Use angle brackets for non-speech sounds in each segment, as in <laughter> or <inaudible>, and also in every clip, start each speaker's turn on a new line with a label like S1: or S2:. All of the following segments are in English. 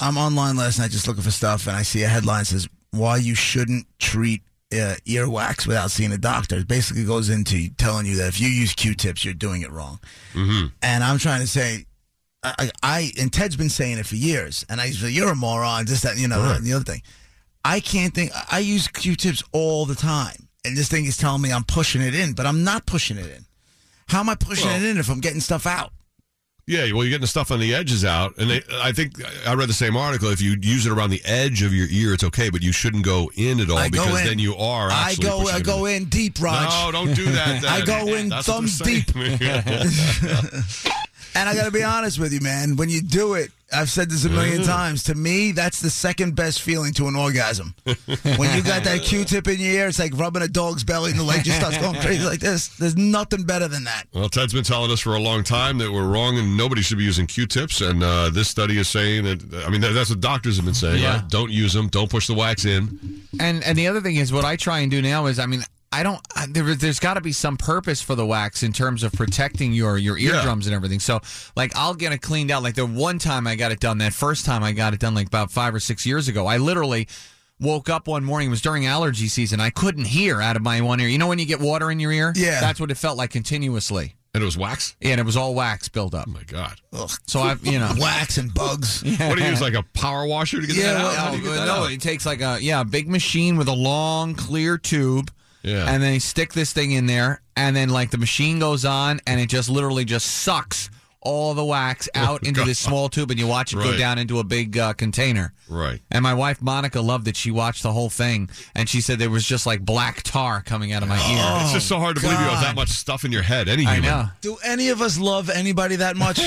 S1: I'm online last night just looking for stuff, and I see a headline that says why you shouldn't treat uh, earwax without seeing a doctor. It basically goes into telling you that if you use Q-tips, you're doing it wrong.
S2: Mm-hmm.
S1: And I'm trying to say, I, I and Ted's been saying it for years, and I used to say, you're a moron, this that, you know, that and the other thing. I can't think. I- I use Q-tips all the time, and this thing is telling me I'm pushing it in, but I'm not pushing it in. How am I pushing
S2: Well-
S1: it in if I'm getting stuff out?
S2: Yeah, well, you're getting the stuff on the edges out, and they, I think I read the same article. If you use it around the edge of your ear, it's okay, but you shouldn't go in at all
S1: I go
S2: because
S1: in.
S2: then you are.
S1: I
S2: Actually
S1: go. I
S2: pushing
S1: go
S2: it
S1: in deep,
S2: <laughs> No,
S1: Raj.
S2: don't do that.
S1: <laughs> I
S2: then.
S1: go in
S2: That's what I'm
S1: thumbs
S2: saying. <laughs>
S1: And I got to be honest with you, man. When you do it, I've said this a million
S3: Mm-hmm.
S1: times. To me, that's the second best feeling to an orgasm. When you got that Q-tip in your ear, it's like rubbing a dog's belly, and the leg just starts going crazy like this. There's nothing better than that.
S2: Well, Ted's been telling us for a long time that we're wrong and nobody should be using Q-tips. And uh, this study is saying that, I mean, that- that's what doctors have been saying.
S3: Yeah.
S2: right? Don't use them. Don't push the wax in.
S3: And and the other thing is what I try and do now is I mean I don't I, there, there's got to be some purpose for the wax in terms of protecting your your
S2: Yeah.
S3: eardrums and everything. So like I'll get it cleaned out. Like the one time I got it done, that first time I got it done, like about five or six years ago, I literally woke up one morning. It was during allergy season. I couldn't hear out of my one ear. You know when you get water in your ear?
S1: Yeah.
S3: that's what it felt like continuously.
S2: And it was wax?
S3: And it was all wax buildup.
S2: Oh, my God.
S1: Ugh.
S3: So I've you know.
S1: Wax and bugs.
S2: What do you use, like a power washer to get
S1: Yeah,
S2: that out?
S1: well,
S2: How do
S3: Oh,
S2: you get that
S3: no,
S2: out?
S3: it takes like a yeah, a big machine with a long clear tube.
S2: Yeah.
S3: And then you stick this thing in there and then like the machine goes on and it just literally just sucks all the wax out into this small tube and you watch it go
S2: Oh, Right.
S3: down into a big uh, container.
S2: Right.
S3: And my wife Monica loved it. She watched the whole thing and she said there was just like black tar coming out of my ear.
S2: Oh. it's just so hard to believe you have that
S1: oh God.
S2: much stuff in your head. Any
S3: I
S2: human.
S3: know.
S1: Do any of us love anybody that
S3: <laughs>
S1: much?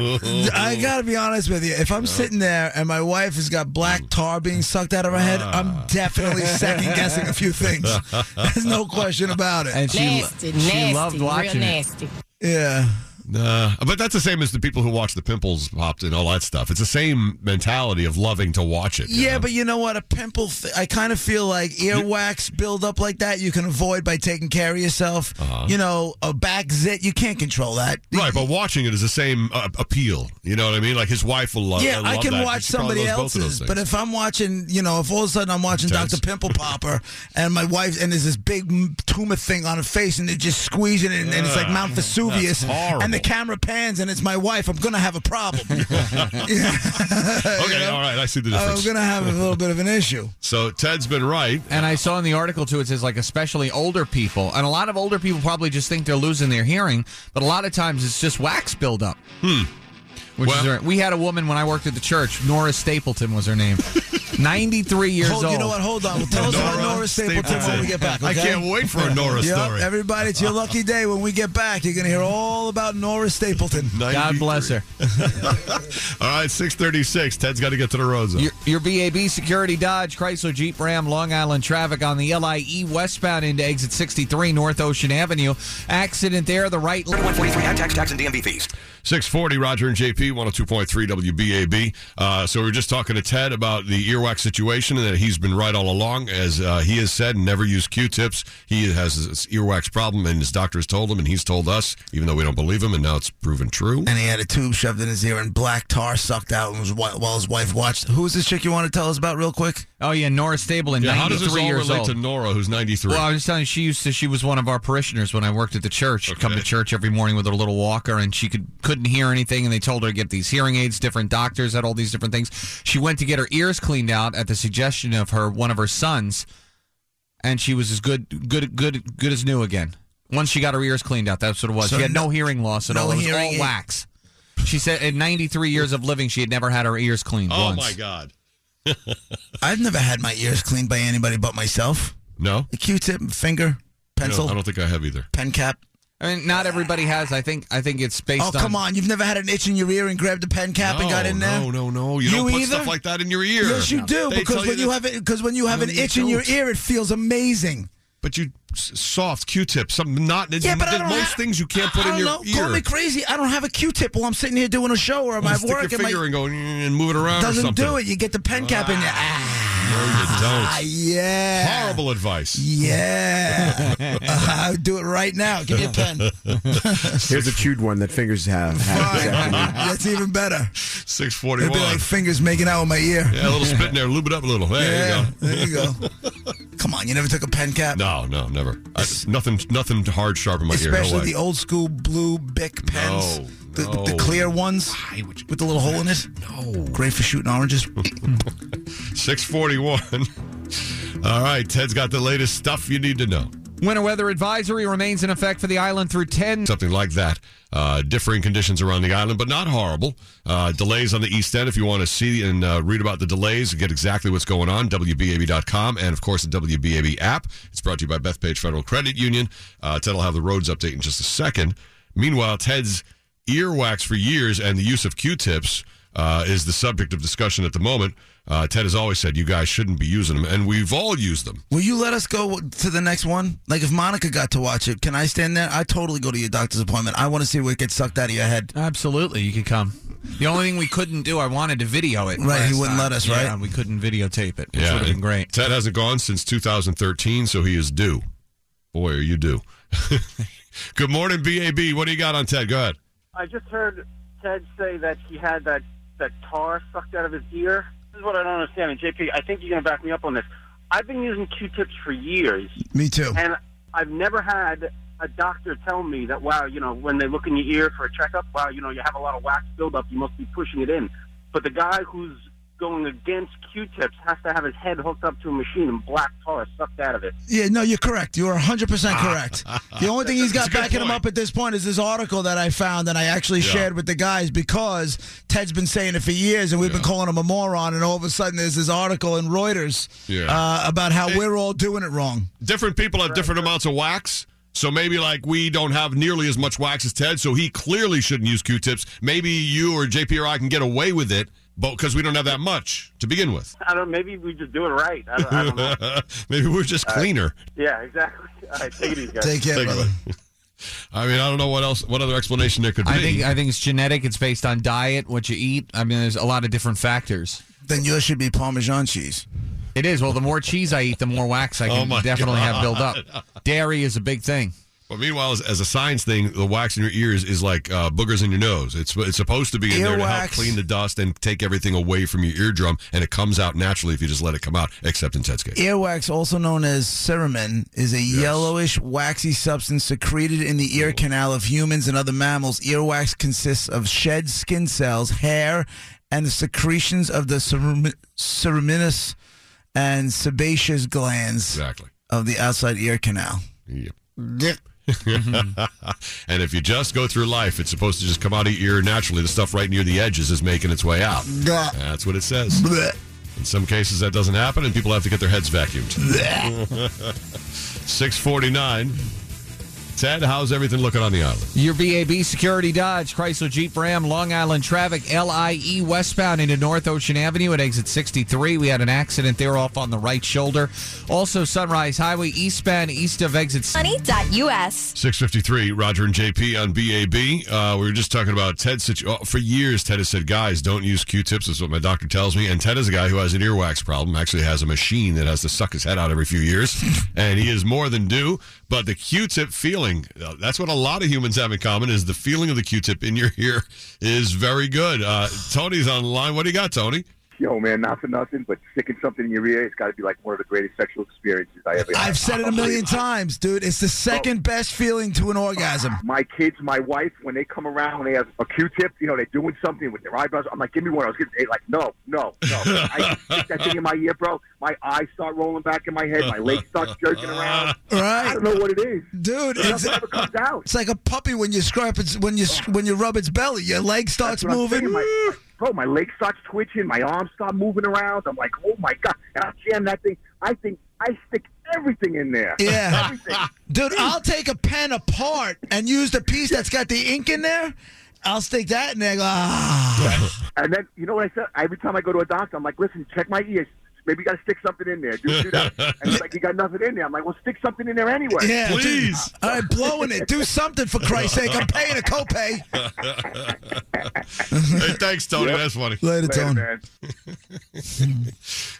S1: I gotta be honest with you. If I'm sitting there and my wife has got black tar being sucked out of her head,
S3: Ah.
S1: I'm definitely second guessing a few
S3: <laughs>
S1: things. There's no question about it.
S3: And she,
S4: Nasty,
S3: she
S4: nasty,
S3: loved
S4: real
S3: watching it.
S4: nasty.
S1: Yeah.
S2: <laughs> Nah, but that's the same as the people who watch the pimples popped and all that stuff. It's the same mentality of loving to watch it. you
S1: Yeah,
S2: know?
S1: but you know what? A pimple. Th- I kind of feel like earwax buildup like that you can avoid by taking care of yourself.
S2: Uh-huh.
S1: You know, a back zit you can't control that.
S2: Right, but watching it is the same uh, appeal. You know what Oh, I mean? Like his wife will love.
S1: Yeah,
S2: love
S1: I can
S2: that.
S1: watch
S2: She probably
S1: somebody
S2: loves both of those
S1: else's, but
S2: things.
S1: if I'm watching, you know, if all of a sudden I'm watching
S2: Intense.
S1: Dr.
S2: <laughs>
S1: Pimple Popper and my wife, and there's this big m- tumor thing on her face, and they're just squeezing it, and, and it's like Mount Vesuvius,
S2: horrible.
S1: and the camera pans, and it's my wife, I'm going to have a
S2: <laughs>
S1: problem.
S2: okay, all right, I see the
S1: I'm
S2: difference.
S1: going to have a little bit of an issue.
S2: So Ted's been right.
S3: And I saw in the article too, it says like especially older people, and a lot of older people probably just think they're losing their hearing, but a lot of times it's just wax buildup. Hmm. Which
S2: Well-
S3: is right. We had a woman when I worked at the church. Nora Stapleton was
S2: <laughs>
S3: her name. Ninety-three years
S1: Hold,
S3: old.
S1: you know what? Hold on. Well, tell us about Nora Stapleton when we get back.
S2: I
S1: Okay?
S2: can't wait for a
S1: <laughs>
S2: Nora
S1: Yep,
S2: story.
S1: everybody, it's your lucky day. When we get back, you're going to hear all about Nora Stapleton.
S3: God bless her.
S2: All right, six thirty-six. Ted's got to get to the road zone.
S3: Your, your BAB Security Dodge Chrysler Jeep Ram Long Island traffic on the LIE westbound into exit 63 North Ocean Avenue. Accident there, the right lane.
S5: 143 add tax, tax, and DMV fees.
S2: Six forty. Roger and JP, one hundred two point three WBAB. Uh, so we were just talking to Ted about the earwax situation and that he's been right all along, as uh, he has said, never use Q-tips. He has this earwax problem, and his doctor has told him, and he's told us, even though we don't believe him, and now it's proven true.
S1: and he had a tube shoved in his ear and black tar sucked out and was while, while his wife watched. Who was this chick you want to tell us about real quick?
S3: Oh, yeah, Nora Stapleton,
S2: Yeah,
S3: 93
S2: how does this all
S3: years
S2: relate
S3: old.
S2: to Nora, who's ninety-three?
S3: Well, I was telling you, she used to. She was one of our parishioners when I worked at the church. She'd come to
S2: Okay.
S3: church every morning with her little walker, and she could couldn't hear anything. And they told her to get these hearing aids. Different doctors had all these different things. She went to get her ears cleaned out at the suggestion of her one of her sons, and she was as good good good good as new again. Once she got her ears cleaned out, that's what it was.
S1: So
S3: she had no,
S1: no-
S3: hearing loss at
S1: no
S3: all. It was
S1: hearing aid.
S3: all wax. She said at 93 years of living, she had never had her ears cleaned
S2: oh
S3: once.
S2: my God!
S1: I've never had my ears cleaned by anybody but myself.
S2: No,
S1: A Q-tip, finger,
S2: No,
S1: pencil,
S2: I don't think I have either.
S1: pen cap.
S3: I mean, not everybody has. I think. I think it's based.
S1: Oh, come on. You've never had an itch in your ear and grabbed a pen cap and got in there?
S2: No, no, no. You,
S1: You
S2: don't put
S1: either?
S2: stuff like that in your ear.
S1: Yes, you do.
S2: They tell
S1: Because when you
S2: that-
S1: have it, because when you have
S2: No,
S1: an
S2: you
S1: itch in your
S2: don't.
S1: ear, it feels amazing.
S2: But you s- soft Q-tip, something not.
S1: Yeah, but I
S2: th-
S1: don't
S2: most
S1: have-
S2: things you can't
S1: I-
S2: put
S1: I
S2: in
S1: don't
S2: your
S1: know.
S2: ear.
S1: Call me crazy. I don't have a Q-tip while I'm sitting here doing a show or I'm
S2: You
S1: at
S2: stick
S1: work.
S2: your
S1: and my-
S2: finger and go "Mm," and move it around. or
S1: doesn't
S2: something.
S1: do it. You get the pen cap in there. Ah,
S2: No,
S1: <laughs>
S2: you don't.
S1: yeah.
S2: Horrible advice.
S1: Yeah.
S2: <laughs>
S1: <laughs> I'll do it right now. Give me a pen.
S4: <laughs> Here's a chewed one that fingers have. have this
S1: Fine.
S4: afternoon.
S1: <laughs> That's even better.
S2: Six
S1: It'd
S2: forty-one.
S1: be like fingers making out with my ear.
S2: yeah, a little spit in there. Lube it up a little. There you
S1: Yeah,
S2: go.
S1: there you
S2: <laughs>
S1: go. Come on, you never took a pen cap?
S2: No, no, never. I, nothing, nothing hard sharp in my ear. No
S1: Especially
S2: way.
S1: the old school blue Bic pens.
S2: No,
S1: the,
S2: no.
S1: the clear ones
S2: Why would you-
S1: with the little hole in it. No. Great for shooting
S2: <laughs>
S1: oranges.
S2: 641. <laughs> All right, Ted's got the latest stuff you need to know.
S3: Winter weather advisory remains in effect for the island through 10.
S2: Something like that. Uh, differing conditions around the island, but not horrible. Uh, delays on the East End. If you want to see and uh, read about the delays and get exactly what's going on, WBAB.com and, of course, the WBAB app. It's brought to you by Bethpage Federal Credit Union. Uh, Ted will have the roads update in just a second. Meanwhile, Ted's earwax for years and the use of Q-tips uh, is the subject of discussion at the moment. Uh, Ted has always said you guys shouldn't be using them, and we've all used them.
S1: Will you let us go to the next one? Like, if Monica got to watch it, can I stand there? I totally go to your doctor's appointment. I want to see what gets sucked out of your head.
S3: Absolutely, you could come. The only thing we couldn't do, I wanted to video it.
S1: Right, he
S3: last
S1: wouldn't let
S3: time.
S1: us,
S3: Yeah,
S1: right?
S3: we couldn't videotape it, which would have been
S2: and
S3: great.
S2: Ted hasn't gone since 2013, so he is due. Boy, are you due. <laughs> Good morning, BAB. What do you got on Ted? Go ahead.
S5: I just heard Ted say that he had that, that tar sucked out of his ear. This is what I don't understand. And JP, I think you're going to back me up on this. I've been using Q-tips for years,
S1: Me too.
S5: and I've never had a doctor tell me that, wow, you know, when they look in your ear for a checkup, wow, you know, you have a lot of wax buildup. You must be pushing it in. But the guy who's going against Q-tips has to have his head hooked up to a machine and black tar sucked out of it.
S1: Yeah, no, you're correct. You are 100% correct. the only thing he's
S2: Ah. That's a
S1: got
S2: good
S1: backing him
S2: point.
S1: up at this point is this article that I found and I actually
S2: Yeah.
S1: shared with the guys because Ted's been saying it for years and we've been calling him a moron. And all of a sudden, there's this article in Reuters
S2: Yeah.
S1: uh, about how we're all doing it wrong.
S2: Different people have different amounts of wax. So maybe like we don't have nearly as much wax as Ted, so he clearly shouldn't use Q-tips. Maybe you or JP or I can get away with it, but because we don't have that much to begin with. <laughs>
S5: I don't. Maybe we just do it right. I don't, I don't know.
S2: maybe we're just cleaner.
S5: yeah, exactly. All right, take it easy, guys.
S1: Take care,
S2: Think
S1: brother.
S2: about it. <laughs> I mean, I don't know what else, what other explanation there could be.
S3: I think I think it's genetic. It's based on diet, what you eat. I mean, there's a lot of different factors.
S1: Then yours should be Parmesan cheese.
S3: It is. Well, the more cheese I eat, the more wax I
S2: Oh
S3: can
S2: my
S3: definitely have built up. Dairy is a big thing.
S2: But meanwhile, as, as a science thing, the wax in your ears is like uh, boogers in your nose. It's it's supposed to be in there to help
S1: Earwax.
S2: clean the dust and take everything away from your eardrum, and it comes out naturally if you just let it come out. Except in Ted's case,
S1: Earwax, also known as cerumen, is a yellowish, waxy substance secreted in the ear canal of humans and other mammals. Earwax consists of shed skin cells, hair, and the secretions of the cerum- ceruminous and sebaceous glands
S2: exactly. <laughs>
S1: of the outside ear canal.
S2: Yep. and if you just go through life, it's supposed to just come out of your ear naturally. The stuff right near the edges is making its way out.
S1: Blah.
S2: That's what it says.
S1: Blech.
S2: In some cases, that doesn't happen, and people have to get their heads vacuumed. <laughs> 649. Ted, how's everything looking on the island?
S3: Your BAB Security Dodge, Chrysler Jeep Ram, Long Island traffic, LIE E, westbound into North Ocean Avenue at exit 63. We had an accident there off on the right shoulder. Also, Sunrise Highway eastbound east of exit. s-
S6: Money.us.
S2: 653 Roger and JP on BAB. Uh, we were just talking about Ted's situ- oh, For years, Ted has said, guys, don't use Q tips, is what my doctor tells me. And Ted is a guy who has an earwax problem, actually has a machine that has to suck his head out every few years. and he is more than due. But the Q tip feeling, uh, that's what a lot of humans have in common, is the feeling of the Q tip in your <laughs> ear is very good. Uh, Tony's on the line. What do you got, Tony?
S7: Yo, man, not for nothing, but sticking something in your ear, it's got to be like one of the greatest sexual experiences I ever had.
S1: I've said it a million
S7: <laughs>
S1: times, dude. It's the second best feeling to an orgasm.
S7: My kids, my wife, when they come around, when they have a Q-tip, you know, they're doing something with their eyebrows. I'm like, give me one. I was getting they're like, no, no, no. I stick that thing in my ear, bro. My eyes start rolling back in my head. My legs start jerking around. I
S1: Right?
S7: don't know what it is.
S1: Dude, it's,
S7: Nothing ever comes out.
S1: it's like a puppy when you scrap its when you when you rub its belly, your leg starts
S7: That's what I'm
S1: moving.
S7: saying. My, bro, my legs start twitching. My arms start moving around. I'm like, oh my god! And I jam that thing. I think I stick everything in there.
S1: Yeah.
S7: Everything.
S1: Dude, I'll take a pen apart and use the piece that's got the ink in there. I'll stick that in there. Ah.
S7: And then you know what I said? Every time I go to a doctor, I'm like, listen, check my ears. Maybe you got to stick something in there. Do, do that. And it's like you got nothing in there. I'm like, well, stick something in
S1: <laughs>
S7: there anyway.
S1: Yeah, dude.
S2: Please.
S1: All right, blowing it. Do something for Christ's sake. I'm paying a copay.
S2: Hey, thanks, Tony. That's funny.
S1: Later,
S7: Later,
S1: Tone.
S7: man.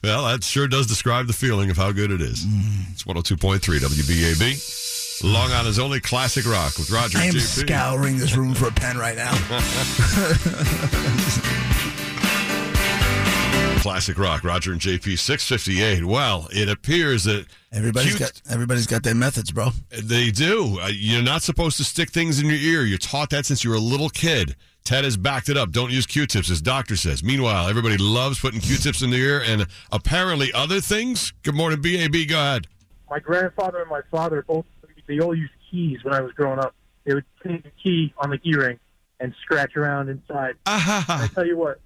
S2: Well, that sure does describe the feeling of how good it is. It's 102.3 WBAB. Long Island's only classic rock with Roger
S1: I
S2: and
S1: am
S2: JP.
S1: scouring this room for a pen right now.
S2: Classic rock, Roger and JP, 658. Well, it appears that
S1: Everybody's
S2: Cute.
S1: got everybody's got their methods, bro.
S2: They do. Uh, You're not supposed to stick things in your ear. You're taught that since you were a little kid. Ted has backed it up. Don't use Q-tips, his doctor says. Meanwhile, everybody loves putting Q-tips in the ear and apparently other things. Good morning, BAB. Go ahead.
S6: my grandfather and my father both they all used keys when I was growing up. They would take a key on the keyring and scratch around inside. And I tell you what,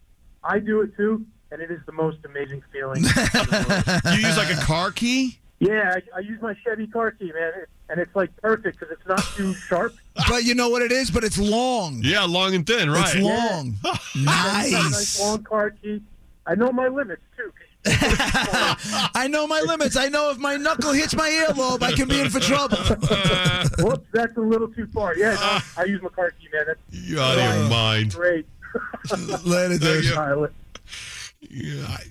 S6: I do it too, and it is the most amazing feeling.
S2: You use like a car key?
S6: yeah, I, I use my Chevy car key, man, it, and it's like perfect because it's not too sharp.
S1: But you know what it is? But it's long.
S2: Yeah, long and thin, right?
S1: It's long.
S6: It's got a nice
S1: nice.
S6: long car key. I know my limits too.
S1: <laughs> I know my limits. I know if my knuckle hits my earlobe, I can be in for trouble. <laughs>
S6: Whoops, that's a little too far. Yeah, no, I use my car key, man. That's
S2: You're out of your mind.
S6: great.
S1: Later, dude.
S2: you.
S6: All right, let-
S2: Yeah, I,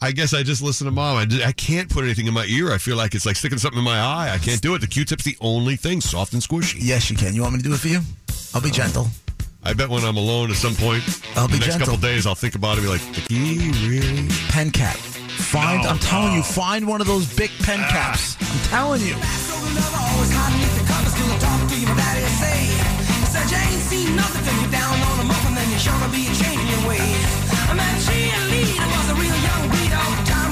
S2: I guess I just listen to mom. I, I can't put anything in my ear. I feel like it's like sticking something in my eye. I can't do it. The Q-tip's the only thing soft and squishy.
S1: Yes, you can. You want me to do it for you? I'll be gentle.
S2: I bet when I'm alone at some point,
S1: I'll be
S2: the next
S1: gentle.
S2: couple days, I'll think about it and be like, the key really
S1: Pen cap. Find.
S2: No,
S1: I'm
S2: no.
S1: telling
S2: Ah.
S1: you, find one of those big pen caps. I'm telling you.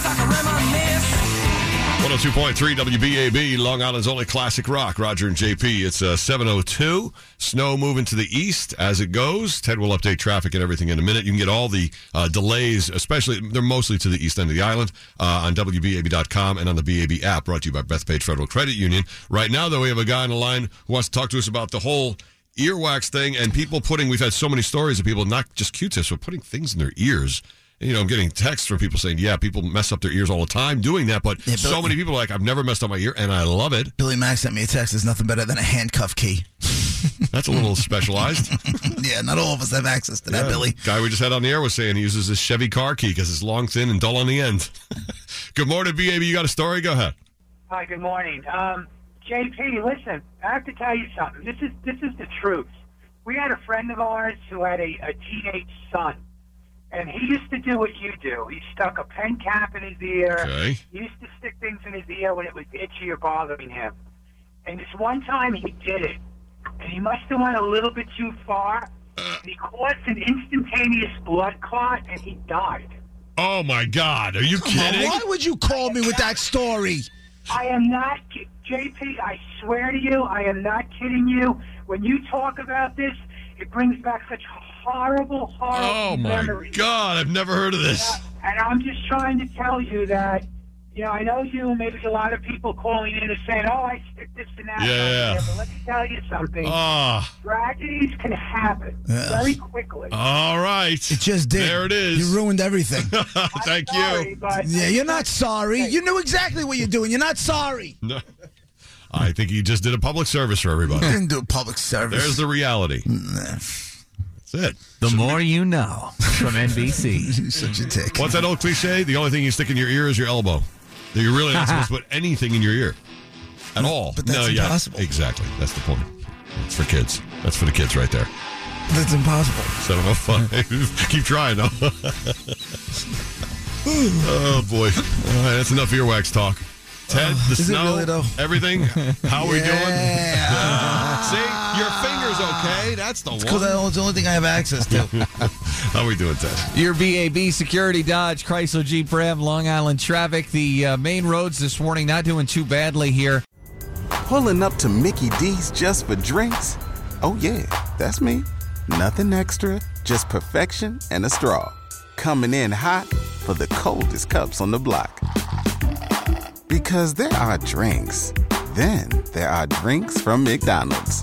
S8: Hey,
S2: 102.3 WBAB, Long Island's only classic rock. Roger and JP, it's uh, 702. Snow moving to the east as it goes. Ted will update traffic and everything in a minute. You can get all the uh, delays, especially, they're mostly to the east end of the island, uh, on WBAB.com and on the BAB app, brought to you by Bethpage Federal Credit Union. Right now, though, we have a guy on the line who wants to talk to us about the whole earwax thing and people putting, we've had so many stories of people, not just Q-tips, but putting things in their ears. And, You know, I'm getting texts from people saying, yeah, people mess up their ears all the time doing that, but
S1: Yeah, but-
S2: so many people are like, I've never messed up my ear, and I love it.
S1: Billy Mack sent me a text. There's nothing better than a handcuff key. <laughs>
S2: That's a little specialized.
S1: yeah, not all of us have access to that, Billy.
S2: Guy we just had on the air was saying he uses his Chevy car key because it's long, thin, and dull on the
S1: <laughs>
S2: end. Good morning, BAB. You got a story? Go ahead.
S9: Hi, good morning. Um, JP, listen, I have to tell you something. This is this is the truth. We had a friend of ours who had a, a teenage son, and he used to do what you do. He stuck a pen cap in his ear.
S2: Okay.
S9: He used to stick things in his ear when it was itchy or bothering him. And this one time he did it, and he must have went a little bit too far. and he caused an instantaneous blood clot, and he died.
S2: Oh, my God. Are you kidding?
S1: Why would you call me with that story?
S9: I am not, ki- JP, I swear to you, I am not kidding you. When you talk about this, it brings back such horrible, horrible
S2: Oh, my
S9: memories.
S2: God. I've never heard of this.
S9: And I'm just trying to tell you that, you know, I know you, maybe a lot of people calling in and saying, oh, I stick this and that.
S2: Yeah.
S9: But let's tell you something.
S2: Ah,
S9: Tragedies can happen very quickly.
S2: all right.
S1: It just did.
S2: There it is.
S1: You
S2: <laughs>
S1: ruined everything.
S2: Thank
S9: Sorry,
S2: you.
S9: but
S1: yeah, you're not sorry. You knew exactly what you're doing. You're not sorry.
S2: No. I think he just did a public service for
S1: <laughs>
S2: everybody.
S1: Didn't do public service.
S2: There's the reality. That's it.
S3: The more you know from NBC.
S1: <laughs> You're such a dick.
S2: What's that old cliche? The only thing you stick in your ear is your elbow. That You're really
S1: <laughs>
S2: not supposed to put anything in your ear at all.
S1: but that's
S2: yeah,
S1: impossible.
S2: exactly. That's the point. That's for kids. That's for the kids right there.
S1: That's impossible. <laughs>
S2: 705. <laughs> Keep trying, though. <laughs> oh, boy. All right, that's enough earwax talk. Ted, the
S1: Uh, it
S2: snow,
S1: really, though?
S2: everything. How are we doing?
S1: <laughs>
S2: <laughs>
S1: Yeah.
S2: See, your finger's okay. That's the
S1: Because
S2: one.
S1: that's the only thing I have access to.
S2: How we doing, Ted?
S3: <laughs> Your VAB Security Dodge Chrysler Jeep Ram Long Island traffic. The uh, main roads this morning not doing too badly here.
S10: Pulling up to Mickey D's just for drinks? Oh, yeah, that's me. Nothing extra, just perfection and a straw. Coming in hot for the coldest cups on the block. Because there are drinks, then there are drinks from McDonald's.